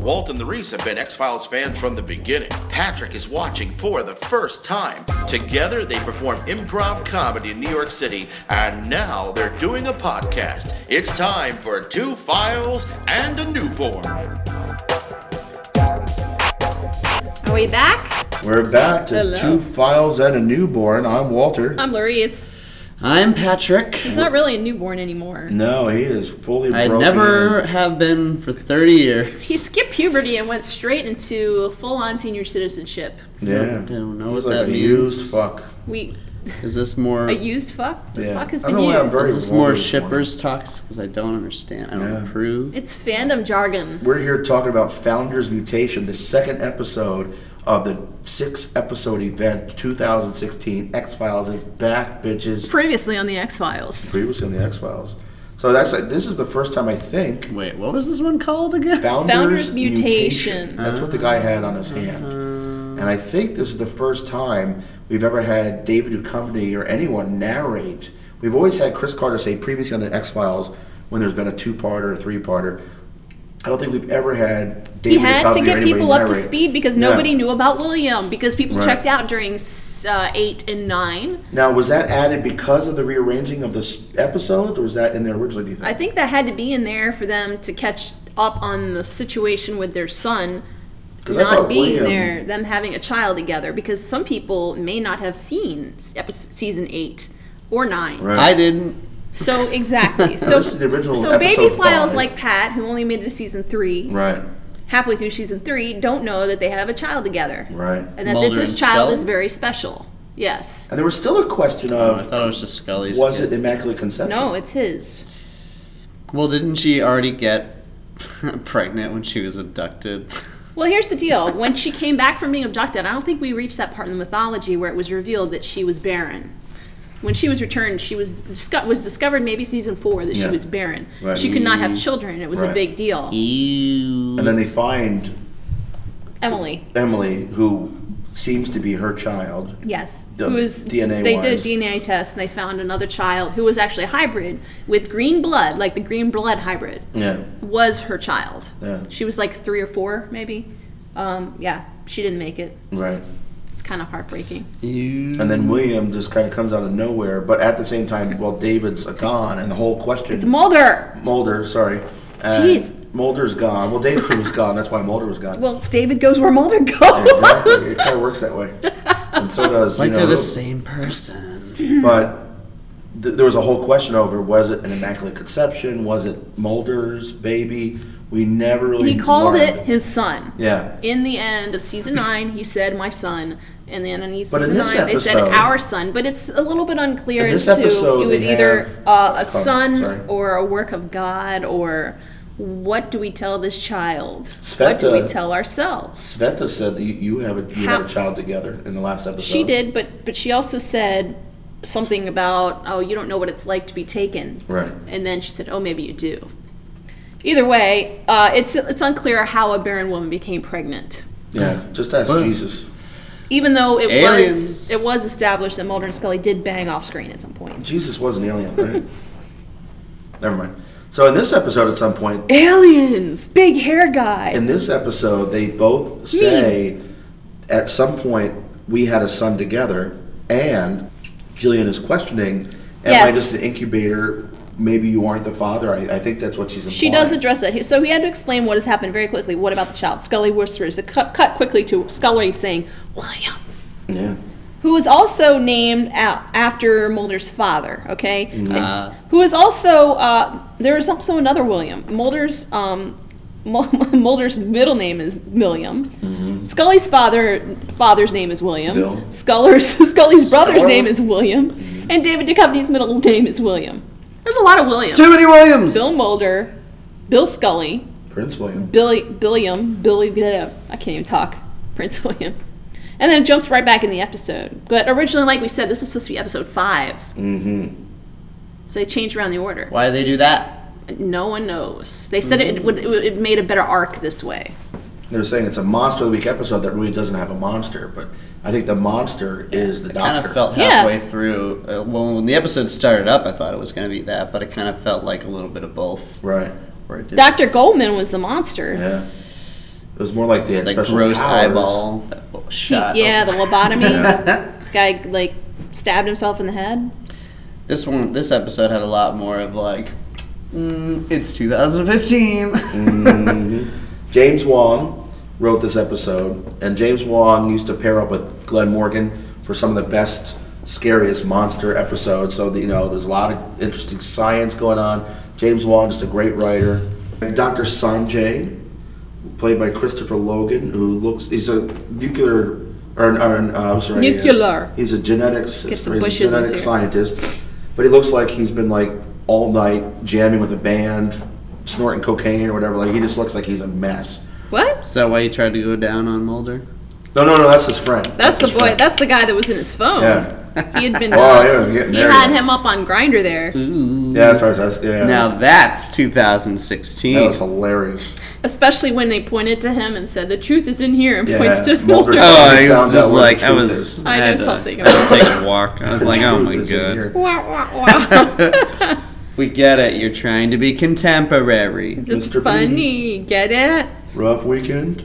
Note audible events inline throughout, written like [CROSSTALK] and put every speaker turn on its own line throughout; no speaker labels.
Walt and the Reese have been X Files fans from the beginning. Patrick is watching for the first time. Together, they perform improv comedy in New York City, and now they're doing a podcast. It's time for Two Files and a Newborn.
Are we back?
We're back to
Hello.
Two Files and a Newborn. I'm Walter.
Uh,
I'm Larice.
I'm Patrick.
He's not really a newborn anymore.
No, he is fully
I
broken.
never have been for 30
[LAUGHS]
years.
He skipped puberty and went straight into full-on senior citizenship.
Yeah.
I don't know
He's
what
like
that
a
means.
used fuck.
We
Is this more
a
is
used fuck. The
Yeah.
fuck has
I
been
don't know why I'm
used.
very-
this more
Walter's
shippers talks? Because I don't understand. I don't
Yeah.
approve.
It's fandom jargon.
We're here talking about Founders Mutation, the second episode of the six episode event 2016. X Files is back, bitches.
Previously on the X Files.
Previously in the X Files. So that's like, this is the first time I think
Wait, what was this one called again?
Founders,
Founders Mutation.
That's what the guy had on
Uh-huh.
his hand. And I think this is the first time we've ever had David Duchovny or anyone narrate. We've always had Chris Carter say previously on the X Files when there's been a two-parter or a three-parter. I don't think we've ever had
He
David
had
Duchovny
to
or
get
anybody
people up to
narrate.
speed because
Yeah.
nobody knew about William because people
Right.
checked out during s- uh, eight and nine.
Now, was that added because of the rearranging of the s- episodes, or was that in there originally? Do you think?
I think that had to be in there for them to catch up on the situation with their son
'Cause I
not
thought
being
William-
there, them having a child together, because some people may not have seen episode, season eight or nine.
Right.
[LAUGHS] I didn't.
So
[LAUGHS]
exactly. so
this is the original
so baby
episode
files
five.
like Pat, who only made it to season three,
right,
halfway through season three, don't know that they have a child together,
right.
and that
Mulder
this
and
is child
Scully?
is very special. Yes.
And there was still a question
Oh, I
of
thought it was just Scully's.
was
kid.
it immaculate conception?
No, it's his.
Well, didn't she already get [LAUGHS] pregnant when she was abducted?
Well, here's the deal. When she came back from being abducted, I don't think we reached that part in the mythology where it was revealed that she was barren. When she was returned, she was disco- was discovered maybe season four that
Yeah.
she was barren.
Right. Mm-hmm.
She could not have children. It was
Right.
a big deal.
E-, Ew.
And then they find
Emily,
Emily, who seems to be her child.
yes,
The
who was
DNA
They
wise.
did a DNA test and they found another child who was actually a hybrid with green blood, like the green blood hybrid,
Yeah.
was her child.
Yeah.
She was like three or four, maybe. Um, yeah, she didn't make it.
Right.
It's kind of heartbreaking.
Ew.
And then William just kind of comes out of nowhere, but at the same time, well, David's gone, and the whole question.
It's Mulder.
Mulder, sorry. And
Jeez.
Mulder's gone. Well, David was gone. That's why Mulder was gone.
Well, David goes where Mulder
[LAUGHS]
goes.
exactly. It kind of works that way. And so does
like
you know,
they're the same person.
[LAUGHS]
But th- there was a whole question over was it an immaculate conception? Was it Mulder's baby? We never really.
He called
learned.
it his son.
Yeah.
In the end of season nine, he said, "My son." And then in season
But in this
nine, they said
episode-
"our son," but it's a little bit unclear
In
as
this
to
episode,
it was
they
either
have-
uh, a
Oh,
son
sorry.
or a work of God or what do we tell this child? What do
Sveta-
we tell ourselves?
Sveta said that you, you have a you have
How-
a child together in the last episode.
She did, but but she also said something about, "Oh, you don't know what it's like to be taken."
Right.
And then she said, "Oh, maybe you do." Either way, uh, it's it's unclear how a barren woman became pregnant,
Yeah. Just ask
Well-
Jesus.
even though it
Aliens.
was it was established that Mulder and Scully did bang off screen at some point.
Jesus was an alien, right? [LAUGHS] Never mind. So in this episode, at some point,
Aliens, big hair guy.
in this episode, they
Hmm.
both say at some point we had a son together, and Jillian is questioning, "Am I
Yes.
just an incubator? Maybe you aren't the father." I, I think that's what she's. Implying.
she does address that. He- So he had to explain what has happened very quickly. What about the child? Scully whispers. It cut, cut quickly to Scully saying, "William."
Yeah.
who was also named a- after Mulder's father. Okay,
Ah.
who is also uh, there is also another William. Mulder's um, [LAUGHS] Mul- Mulder's middle name is William. Scully's father father's name is William.
Bill.
Scully's [LAUGHS] Scully's brother's
Scull.
name is William, and David Duchovny's middle name is William. There's a lot of Williams.
Too many Williams.
Bill Mulder, Bill Scully,
Prince William.
Billy, Billiam, Billy, bleh, I can't even talk. [LAUGHS] Prince William. And then it jumps right back in the episode. But originally, like we said, this was supposed to be episode 5
Mm.
Mm-hmm. So they changed around the order.
Why do they do that?
No one knows. They said it, would, it, would- it made a better arc this way.
They're saying it's a monster of the week episode that really doesn't have a monster, but I think the monster is the
I
doctor.
kind of felt
Yeah.
halfway through. Uh, well, when the episode started up, I thought it was going to be that, but it kind of felt like a little bit of both.
right.
Or it did-
Dr. Goldman was the monster.
Yeah. It was more like they had
That
special
gross
powers.
eyeball that w-
He-
shot.
yeah, the
Oh. [LAUGHS]
lobotomy.
Yeah.
Guy, like, stabbed himself in the head.
this one, this episode had a lot more of like, mm, it's 2015. Mm.
James Wong wrote this episode, and James Wong used to pair up with Glenn Morgan for some of the best, scariest monster episodes. So that, you know, there's a lot of interesting science going on. James Wong, just a great writer. And Dr. Sanjay, played by Christopher Logan, who looks he's a nuclear or, an- or an- uh, I'm sorry,
Nuclear.
he's a genetics
Get the
he's a
bushes into
genetic
your-
scientist, but he looks like he's been like all night jamming with a band, snorting cocaine or whatever. Like he just looks like he's a mess.
What?
Is that why you tried to go down on Mulder?
No, no, no, that's his friend.
That's the
his
boy.
friend.
That's the guy that was in his phone.
Yeah.
He had been.
Oh,
uh,
yeah, it was getting
he
there.
had him up on Grinder there.
Ooh.
[LAUGHS] yeah, that's right. That's, yeah,
Now that's 2016.
that was hilarious.
Especially when they pointed to him and said, "The truth is in here," and points to Mulder.
Mulder-
Oh,
We
I
found
was
out
just
where the
like, I
truth
was.
is.
I know
had to-
something
I had to
about
take a walk. I was [LAUGHS] like, oh
Truth
my
is in
god.
here.
[LAUGHS] Wah, wah, wah.
[LAUGHS]
We get it. You're trying to be contemporary.
It's
Mr. Bean.
funny. Get it?
Rough weekend.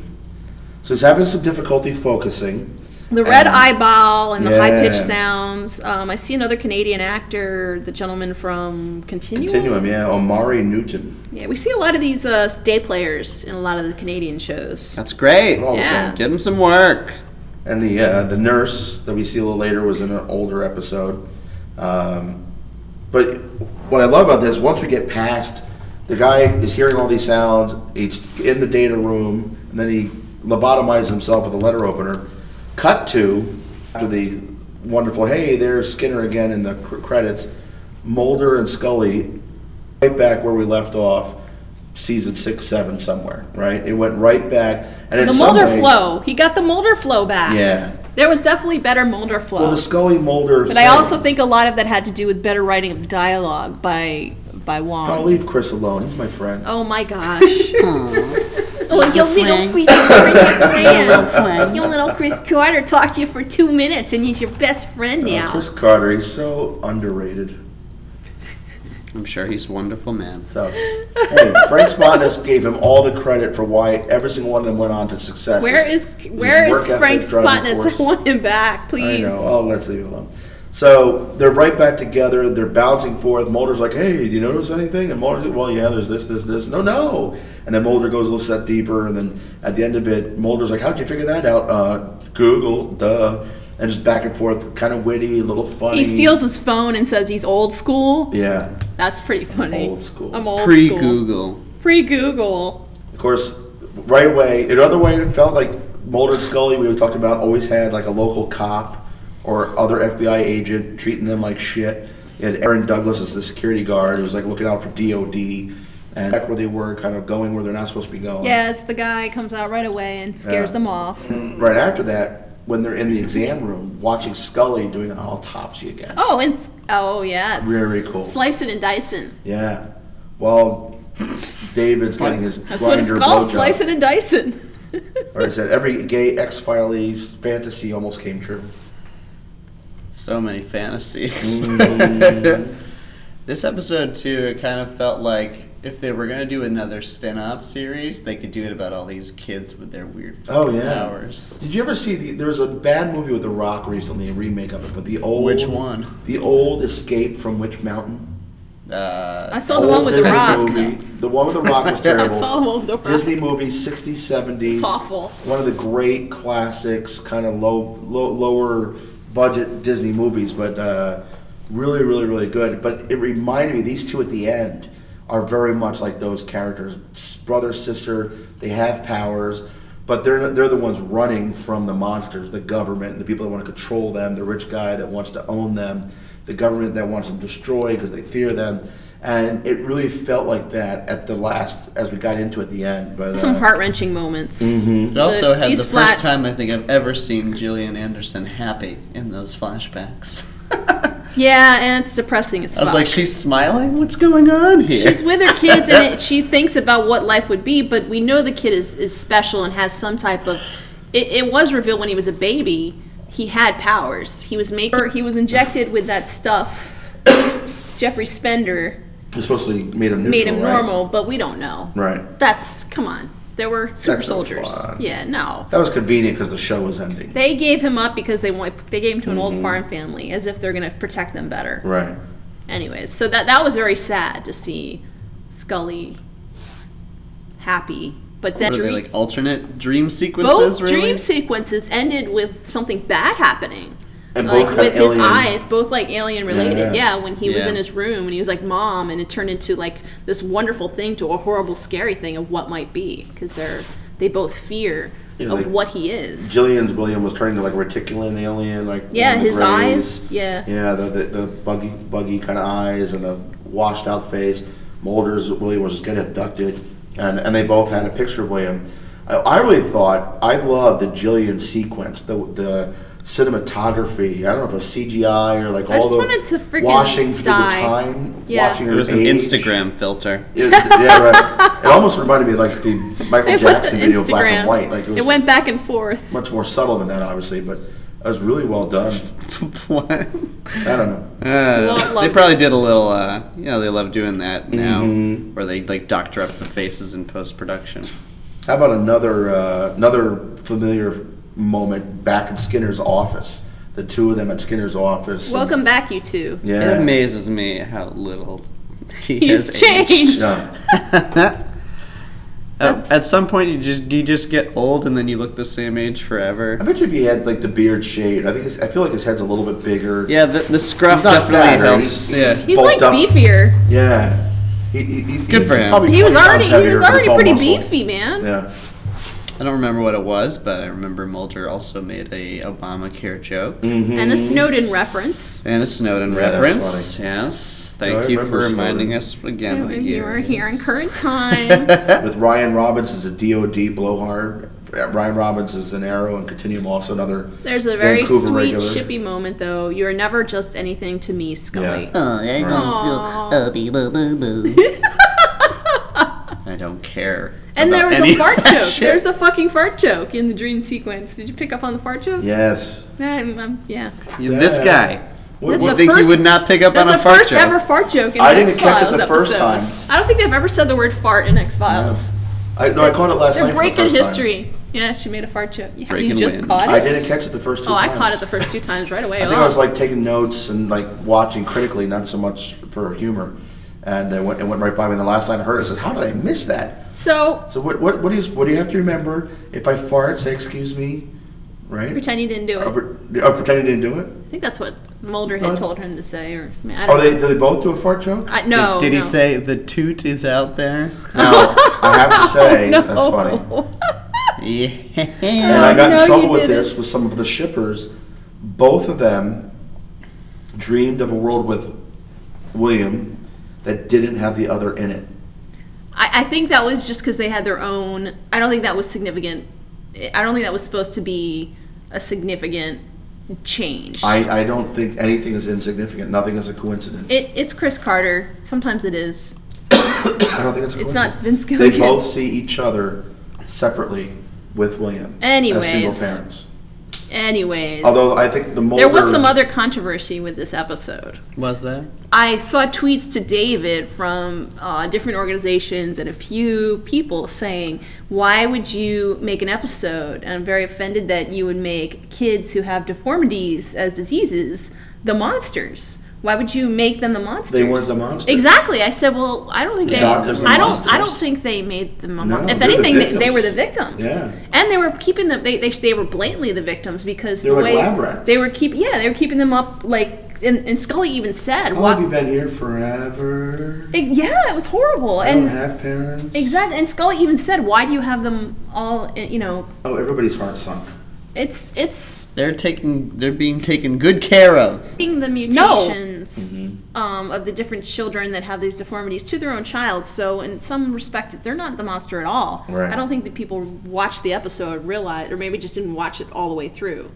So he's having some difficulty focusing.
The red
Um,
eyeball and the high pitched
yeah.
sounds. Um, I see another Canadian actor, the gentleman from Continuum.
Continuum, yeah. Omari Newton.
Yeah, we see a lot of these uh, day players in a lot of the Canadian shows.
That's great.
Oh,
Yeah.
Give him some work.
And the uh, the nurse that we see a little later was in an older episode. Um, but what I love about this, once we get past, the guy is hearing all these sounds. He's in the data room, and then he lobotomizes himself with a letter opener. Cut to after the wonderful hey, there's Skinner again in the cr- credits. Mulder and Scully right back where we left off, season six, seven somewhere. Right, it went right back, and in
The
some
Mulder
ways-
flow. He got the Mulder flow back.
Yeah,
There was definitely better Mulder flow.
well, the Scully Mulder.
but I also think a lot of that had to do with better writing of the dialogue by by Wong.
I'll leave Chris alone. He's my friend.
Oh my gosh.
[LAUGHS]
oh, your [LAUGHS] little Chris friend. Your little Chris Carter talked to you for two minutes and he's your best friend
Uh,
now.
Chris Carter. He's so underrated.
I'm sure he's a wonderful man.
So, hey,
[LAUGHS]
Frank Spondes gave him all the credit for why every single one of them went on to success.
Where is where
His
is
work ethic,
Frank [LAUGHS]
driving
Spotnitz? I
force.
want him back, please.
I know. Oh, let's leave it alone. So they're right back together. They're bouncing forth. Mulder's like, "Hey, do you notice anything?" And Mulder's like, "Well, yeah. There's this, this, this." No, no. And then Mulder goes a little step deeper. And then at the end of it, Mulder's like, "How'd you figure that out?" Uh, Google, duh. And just back and forth, kind of witty, a little funny.
He steals his phone and says he's old school.
Yeah.
That's pretty funny.
old school.
I'm old
Pre
school.
Google.
Pre Google.
Of course, right away, another way it felt like Mulder and Scully, we were talking about, always had like a local cop or other FBI agent treating them like shit. You had Aaron Douglas as the security guard who was like looking out for DOD and back where they were, kind of going where they're not supposed to be going.
Yes, the guy comes out right away and scares
Yeah.
them off.
Right after that, when they're in the exam room watching Scully doing an autopsy again.
Oh, and s- oh yes,
Very cool.
slicing and dicing.
Yeah. While David's getting his
That's what it's
grinder
called,
blowjob.
slicing and dicing.
Or I said, every gay ex filee's fantasy almost came true.
So many fantasies.
Mm.
[LAUGHS] this episode, too, it kind of felt like if they were going to do another spin off series, they could do it about all these kids with their weird
Oh,
fucking
yeah.
powers.
Did you ever see the? There was a bad movie with The Rock recently, a remake of it, but the old
Which one?
The old Escape from Which Mountain?
Uh,
I saw Oh, the one
Old
with the
Disney
rock.
Movie. The one with The
[LAUGHS]
Rock was
I
terrible.
saw the one with the rock.
Disney movie, 60s, 70s.
It's awful.
One of the great classics, kind of low, low, lower budget Disney movies, but uh, really, really, really good. But it reminded me, these two at the end are very much like those characters S- brother, sister, they have powers. But they're, they're the ones running from the monsters, the government, the people that want to control them, the rich guy that wants to own them, the government that wants them destroyed because they fear them. And it really felt like that at the last, as we got into at the end. But
Some
uh,
heart wrenching moments.
Mm-hmm.
It also had the
East
first
Flat-
time I think I've ever seen Gillian Anderson happy in those flashbacks. [LAUGHS]
Yeah, and it's depressing as
I
fuck.
was like, she's smiling? What's going on here?
She's with her kids, and
[LAUGHS]
it, she thinks about what life would be. But we know the kid is, is special and has some type of. It, it was revealed when he was a baby. He had powers. He was making. He was injected with that stuff. Jeffrey Spender
It's supposedly made him neutral.
made him
right?
normal, but we don't know.
Right.
That's come on. There were super
That's not
soldiers.
fun.
Yeah, no.
That was convenient because the show was ending.
They gave him up because they want they gave him to an
Mm-hmm.
old farm family as if they're going to protect them better.
Right.
Anyways, so that that was very sad to see Scully happy, but then
[LAUGHS] Were they
dre-
like alternate dream sequences?
both
really?
dream sequences ended with something bad happening.
And
like
both had
with his
alien-
eyes, both like alien related. Yeah,
Yeah.
when he was
Yeah.
in his room and he was like mom, and it turned into like this wonderful thing to a horrible, scary thing of what might be because they're they both fear
Yeah,
of
like-
what he is.
Jillian's William was turning to like a reticulan alien, like
yeah,
one of the
his
grays.
eyes. Yeah.
Yeah, the the, the buggy buggy kind of eyes and the washed out face. Mulder's William was getting abducted, and and they both had a picture of William. I, I really thought I loved the Jillian sequence, the the cinematography. I don't know if it was CGI or like all
just
the
wanted to freaking
washing through
die.
the time,
Yeah.
watching
It
her
was an
age.
Instagram filter. [LAUGHS]
It was- yeah,
[LAUGHS]
right. It almost reminded me of like the Michael
They put
Jackson
the
video, black and white. Like it was
it went back and forth.
much more subtle than that, obviously, but it was really well done.
What?
I don't know.
Well,
Uh, they
like-
probably did a little. Uh, you know, they love doing that now, where they like doctor up the faces in post production.
How about another uh, another familiar moment back in Skinner's office? The two of them at Skinner's office.
Welcome back, you two.
Yeah.
It amazes me how little [LAUGHS] he
He's
has aged.
changed.
Yeah.
At, at some point, you just you just get old, and then you look the same age
I
forever.
bet you if he had like the beard shaved, I think his, I feel like his head's a little bit bigger.
Yeah, the, the scruff
He's not
definitely
fat, right?
helps.
He's-
yeah,
He's like
bulked up.
beefier.
Yeah. He, he- he's
Good
he's
for him.
probably
He was
20 pounds
already he
heavier,
was
but it's
already
all
pretty
muscle.
beefy, man.
Yeah.
I don't remember what it was, but I remember Mulder also made a Obamacare joke
Mm-hmm.
And a Snowden reference.
and a Snowden
Yeah, that's
reference. Yes, thank
I
you for
remember
reminding
Snowden.
us again. what
you
year
are
it
here in
is.
[LAUGHS]
current times.
With Ryan Robbins as a DOD blowhard. Ryan Robbins is an arrow and Continuum also another.
There's a very
Vancouver
sweet
regular.
shippy moment though. You're never just anything to me, Scully.
Yeah.
Oh, that's
Aw.
not so. Oh, bee boo boo boo.
[LAUGHS] I don't care.
And there
about
was
any
a
[LAUGHS]
of
fart
that
joke.
shit.
There's a fucking fart joke in the dream sequence. Did you pick up on the fart joke?
Yes.
Yeah. I'm- I'm- yeah.
You- [LAUGHS] This
Yeah.
guy.
What-
That's
what-
a
You think
first-
you would not pick up on
That's
a
the
fart
first
joke?
ever fart joke in
I
an
didn't
X
catch it
Files
the first
episode.
time.
I don't think they've ever said the word fart in X Files.
I, no, I caught it last
They're
night. for the
breaking
first time.
history. Yeah, she made a fart joke. You,
Breaking
you just
wind.
caught it.
I didn't catch it the first two
Oh, I
times.
caught it the first two times right away.
[LAUGHS] I think
Oh.
I was like taking notes and like watching critically, not so much for humor. And it went, it went right by me. And the last line I heard, I said, "How did I miss that?"
so
So what? What? What do you? What do you have to remember? If I fart, say excuse me, right?
pretend you didn't do it.
Or, pre- or pretend you didn't do it.
I think that's what Mulder had
Uh,
told him to say. Or I, mean, I don't.
Oh, they did they both do a fart
[LAUGHS]
joke?
I,
Did,
no.
did he
no.
say the toot is out there?
No, I have to say
Oh, No.
that's funny.
Yeah.
And I got
Um, No,
in
you
trouble with
didn't.
this with some of the shippers. Both of them dreamed of a world with William that didn't have the other in it.
I, I think that was just because they had their own. I don't think that was significant. I don't think that was supposed to be a significant change.
I, I don't think anything is insignificant. Nothing is a coincidence.
it, it's Chris Carter. Sometimes it is.
I don't think it's a
It's not
coincidence.
Vince
they
Gilligan.
both see each other separately with William as single
Anyways.
parents.
Anyways,
Although I think the Mulder
there was some other controversy with this episode.
Was there?
I saw tweets to David from uh, different organizations and a few people saying, Why would you make an episode? And I'm very offended that you would make kids who have deformities as diseases the monsters. Why would you make them the monsters?
They weren't the monsters.
Exactly. I said, well, I don't think
The
they.
doctors were
I don't. I
monsters.
don't think they made them. A
No,
mon- if
they're the
anything, they, they
victims.
were the victims.
Yeah.
And they were keeping them. They, they, they were blatantly the victims because
They're
the
like
way
lab rats.
they were keep. Yeah, they were keeping them up like. And, and Scully even said,
How
"Why-
long have you been here forever?
it- yeah, it was horrible.
I don't
And
have parents.
exactly, and Scully even said, "Why do you have them all?" eh, You know,
Oh, everybody's heart sunk.
it's it's
They're taking. They're being taken good care of.
being the mutations
Mm-hmm.
um, of the different children that have these deformities to their own child. So, in some respect, they're not the monster at all.
Right.
I don't think that people watched the episode realize, or maybe just didn't watch it all the way through.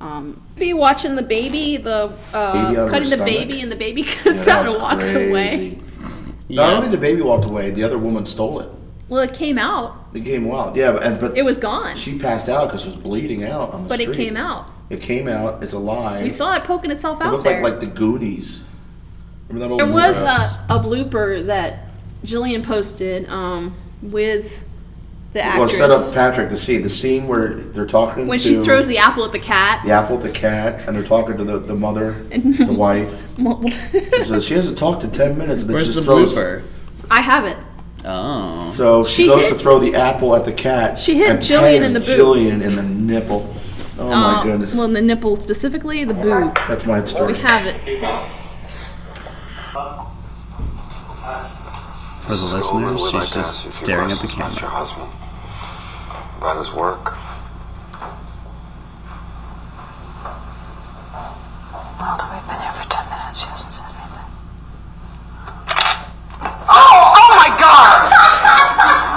Um, be watching the baby, the
Baby out of
uh,
her
cutting the
stomach.
baby, and the baby [LAUGHS]
Yeah,
cuts
that
out
was
and walks away.
crazy. No, I don't think the baby walked away. The other woman stole it.
Well, it came out.
It came out. Yeah, but, and, but
It was gone,
she passed out because it was bleeding out on the
but
street.
it came out.
It came out. It's alive.
We saw it poking itself
It
out
looked
there.
like like the Goonies. Remember that old
There was
Yes.
a, a blooper that Jillian posted um, with the
Well,
actress
set up Patrick the scene. The scene where they're talking
when
to
she throws the apple at the cat.
the apple, the cat, and they're talking to the, the mother,
[LAUGHS]
the wife. So she hasn't talked in ten minutes. And then she
Where's
just
the
throws,
blooper?
I have it.
Oh.
So she,
She
goes
hit-
to throw the apple at the cat.
She hit
and
Jillian in
pans
the boob.
Jillian in the nipple. Oh my
Uh,
goodness,
Well, in the nipple specifically, the boob.
that's my
We
story. [LAUGHS]
have it.
For the
Mrs. Goldman
listeners,
would like
she's
to ask you
just
a few
staring at the
questions About your
camera.
husband, about his work.
Look, we've been here for 10 minutes. She hasn't said anything.
Oh, oh my god!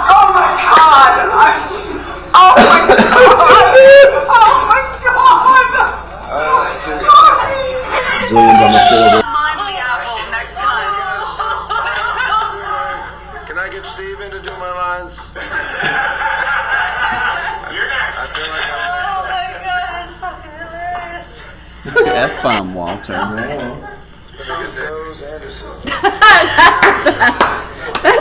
Oh my god! I'm s- oh my god! Oh my god!
Jillian's on the floor.
Mind the apple next time.
Can I get Steven to do my lines? You're next. I feel like I'm next.
Oh my god, it's fucking hilarious.
F bomb, Walter.
Rose Anderson.
That's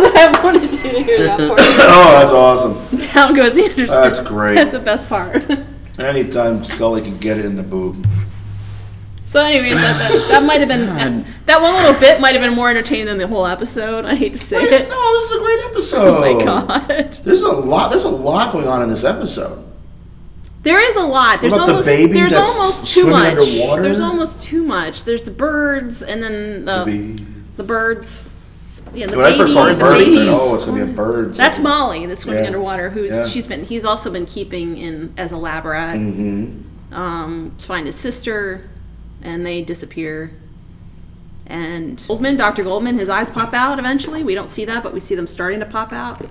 what I [LAUGHS] wanted you to hear that part.
Oh, [LAUGHS]
[LAUGHS]
that's awesome.
Down goes Anderson.
[LAUGHS] That's great.
That's the best part. [LAUGHS]
Anytime Scully can get it in the boob.
so, anyways, that, that, that might have been that one little bit might have been more entertaining than the whole episode. I hate to say
Hey,
it.
no, this is a great episode.
Oh my god.
There's a lot. There's a lot going on in this episode.
There is a lot. There's
about the
almost
baby
there's
that's
almost too
swimming
much.
underwater?
There's almost too much. There's the birds and then the the,
Be-
birds. Yeah, the
when I first saw the
babies, the
birds, I
babies.
said, oh, it's gonna be a bird.
That's Molly that's swimming
Yeah.
underwater. Who's
Yeah.
she's been? He's also been keeping in as a lab rat
Mm-hmm.
um, to find his sister, and they disappear. And Goldman, Dr. Goldman, his eyes pop out eventually. We don't see that, but we see them starting to pop out.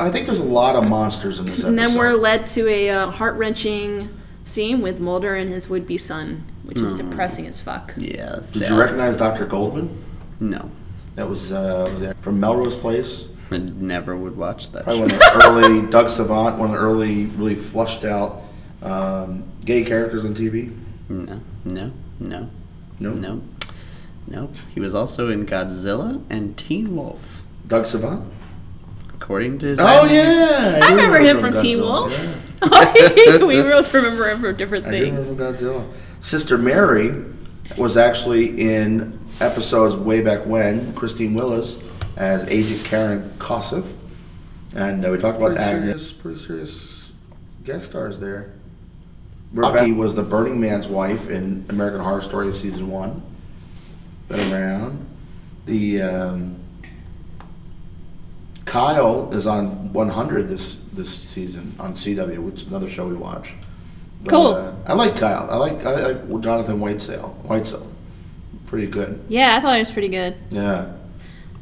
I think there's a lot of monsters in this episode.
And then we're led to a uh, heart wrenching scene with Mulder and his would be son, which is depressing as
[LAUGHS]
fuck. [LAUGHS]
Yeah, that's
Did
that.
you recognize Dr. Goldman?
No.
That was uh, was that from Melrose Place.
I never would watch that
Probably one
show.
of the early
[LAUGHS]
Doug Savant, one of the early really flushed out um, gay characters on TV.
No, no, no,
No,
no, no. He was also in Godzilla and Teen Wolf,
Doug Savant.
according to his
Oh
IMDb.
yeah,
I
do
remember him from Teen
Godzilla,
Wolf.
yeah.
we both remember him from different
I do remember
things.
from Godzilla. Sister Mary was actually in episodes way back when. Christine Willis as Agent Karen Kossoff, and uh, we talked about
Pretty
Agnes.
serious, pretty serious guest stars there.
Rocky was the Burning Man's wife in American Horror Story season one. Been around. The um, Kyle is on 100 this this season on CW, which is another show we watch. But,
Cool.
uh, I like Kyle. I like I like Jonathan Whitesale. Whitesale, pretty good.
Yeah, I thought it was pretty good.
Yeah.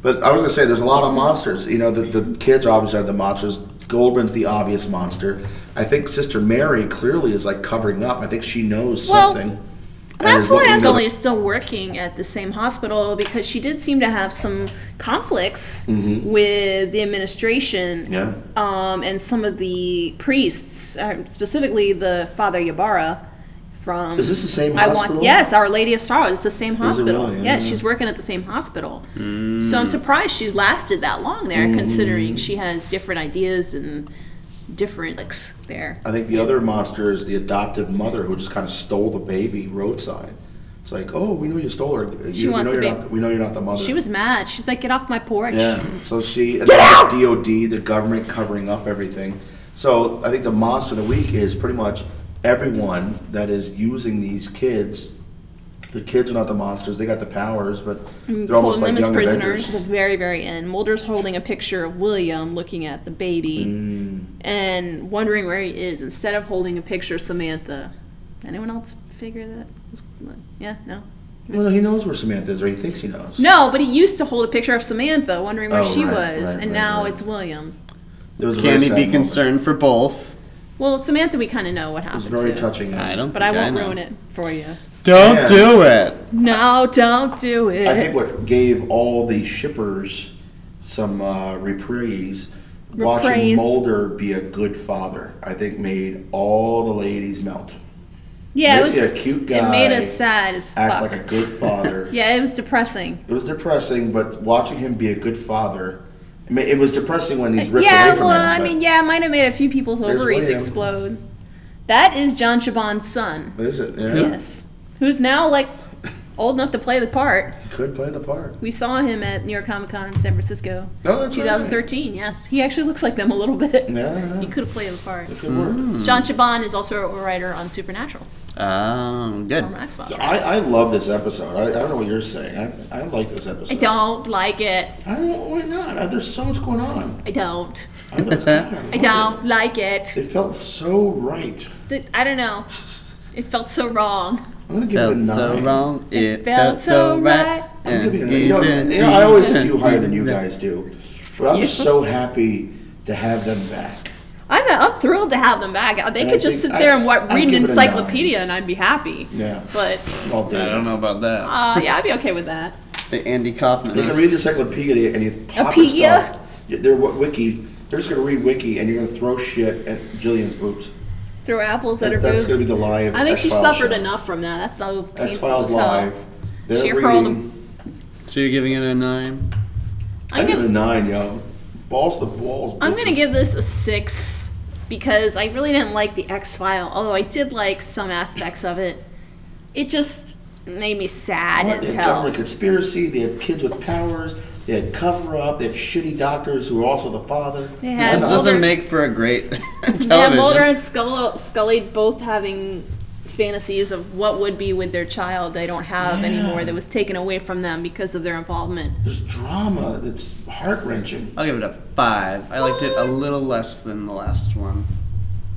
But I was gonna say, there's a lot of monsters. You know, the, the kids obviously are the monsters. Goldman's the obvious monster. I think Sister Mary clearly is like covering up. I think she knows
Well,
something. and
That's
is looking
why
to-
Emily is still working at the same hospital because she did seem to have some conflicts with the administration
Mm-hmm. Yeah.
um, and some of the priests, uh, specifically the Father Yabara from.
Is this the same
I
hospital?
want yes, Our Lady of Sorrows. It's the same hospital.
really?
Yeah,
Yeah. Mm.
she's working at the same hospital. So I'm surprised she's lasted that long there,
Mm-hmm.
considering she has different ideas and different looks there.
I think the other monster is the adoptive mother who just kind of stole the baby roadside. It's like, oh, we know you stole her. You-
She
we
wants
know
a
you're
baby.
Not, we know you're not the mother.
She was mad. She's like, "Get off my porch."
Yeah. So she and then the DOD, the government covering up everything. So I think the monster of the week is pretty much everyone that is using these kids. The kids are not the monsters; they got the powers, but they're almost
holding Mm, them
like
as
young
prisoners at
Avengers.
the very, very end. Mulder's holding a picture of William looking at the baby
Mm.
and wondering where he is instead of holding a picture of Samantha. Anyone else figure that? Yeah, no.
Well, he knows where Samantha is, or he thinks he knows.
No, but he used to hold a picture of Samantha, wondering where
Oh,
she
right,
was,
right,
and
right,
now
right.
it's William.
There was a
Can
very
he
sad
be
moment.
concerned for both?
Well, Samantha, we kind of know what
It was
happened
very
to.
touching.
I don't.
But I
think
won't
know.
ruin it for you.
Don't
Yeah.
do it.
No, don't do it. [LAUGHS]
I think what gave all the shippers some uh, reprise, watching
Reprise.
Mulder be a good father, I think made all the ladies melt.
Yeah, it
They see
was.
a cute
it made
guy
us sad as
act
fuck.
like a good father.
[LAUGHS] yeah, it was depressing.
It was depressing, but watching him be a good father, I mean, it was depressing when he's ripped
yeah,
away from
well,
him.
I
but
mean, yeah, it might have made a few people's
There's
ovaries
William.
explode. That is John Chabon's son.
is it? Yeah,
Yes, who's now like old enough to play the part.
he could play the part.
We saw him at New York Comic Con in San Francisco,
No, that's
2013. Yes, he actually looks like them a little bit.
Right. Yeah,
He
yeah.
could Mm. have played the part.
Good work.
John Chabon is also a writer on Supernatural.
Oh, good.
Former X-Files.
So I, I love this episode. I, I don't know what you're saying. I, I like this episode.
I don't like it.
I don't. Why not? Uh, There's so much going on.
I don't. [LAUGHS]
I, love it.
I don't like it.
It felt so right.
Th- I don't know. It felt so wrong.
I'm gonna give it a
Felt
nine.
so wrong. It
felt
felt
so
so
right.
right.
I'm giving it a- you know, you know, I always skew higher than you guys do. But I'm just so happy to have them back.
I'm, I'm thrilled to have them back. They
And I
could just sit
think
there
I-
and what,
I'd
read an
give it a nine.
encyclopedia and I'd be happy.
Yeah.
But
All
I
day.
don't know about that.
uh, yeah, I'd be okay with that.
The Andy Kaufman.
They're gonna read this encyclopedia and you pop your
Apedia?
stuff. Yeah, They're wi- wiki. They're just gonna read wiki and you're gonna throw shit at Jillian's boobs.
Throw apples at her
That's, that's gonna be
boobs.
the lie of
I think she
X-Files
suffered
shit.
enough from that. That's so painful.
X Files
as hell.
live. They're
She hurled
reading.
So you're giving it a nine?
I'm
I give it a
gonna,
nine, yo. Balls to balls.
I'm gonna
bitches.
give this a six because I really didn't like the X File, although I did like some aspects of it. It just made me sad
What?
as
They had
hell.
government conspiracy. They had kids with powers. They had cover up. They had shitty doctors who were also the father.
They had
This
Mulder,
doesn't make for a great [LAUGHS]
yeah,
television.
Mulder and Scully, Scully both having fantasies of what would be with their child they don't have anymore that was taken away from them because of their involvement.
There's drama that's heart wrenching.
I'll give it a five. I liked it a little less than the last one,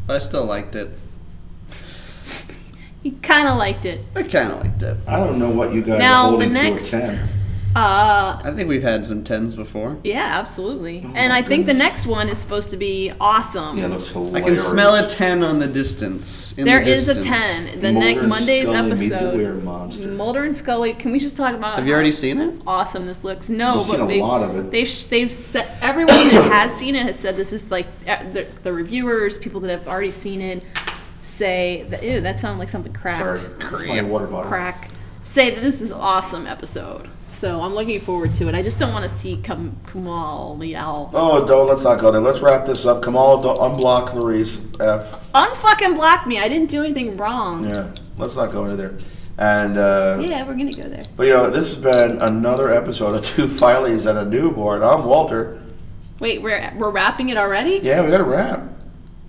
but I still liked it.
He kind of liked it.
I kind of liked it.
I don't know what you guys
Now,
are
the
holding
next-
to a ten.
Uh,
I think we've had some tens before.
yeah, absolutely. and I think the next one is supposed to be awesome.
Oh Yeah, that's hilarious.
I can smell a ten on the distance. In
There
the
is a
distance.
10. The
Mulder
next
and
Monday's
Scully meet the
episode.
weird monster.
Mulder and Scully. Can we just talk about
Have you
how
already seen it?
awesome this looks? No,
We've
but
seen a
they,
lot of it.
They've sh- they've said everyone that has seen it has said this is like eh, the, the reviewers, people that have already seen it, say that ew that sounded like something
Sorry,
cracked,
that's my water bottle.
crack. Say that this is awesome episode. So I'm looking forward to it. I just don't want to see Kam- Kamal Leal
Oh, don't. Let's not go there. Let's wrap this up. Kamal, don't unblock Clarice F.
unfucking block me. I didn't do anything wrong. Yeah,
Yeah, let's not go into there. And uh,
we're gonna go there.
but you know, this has been another episode of Two Fileys and a Newborn. I'm Walter.
Wait, we're we're wrapping it already?
Yeah, we got to wrap.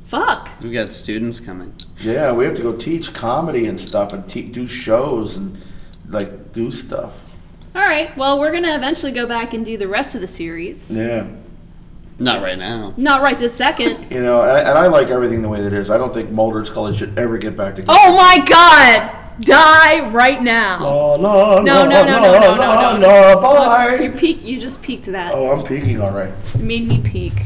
Fuck.
We've got students coming.
Yeah, we have to go teach comedy and stuff and te- do shows and like do stuff.
All right. Well, we're gonna eventually go back and do the rest of the series.
Yeah,
Not right now.
Not right this [LAUGHS] second.
you know, and I, and I like everything the way that it is. I don't think Mulder's College should ever get back together.
Oh my God! Die right now.
Oh, la,
No, no, no,
la, la,
no, no, no,
la,
no.
la,
Look,
bye.
you peak. You just peaked that.
Oh, I'm peeking, all right.
You made me peak.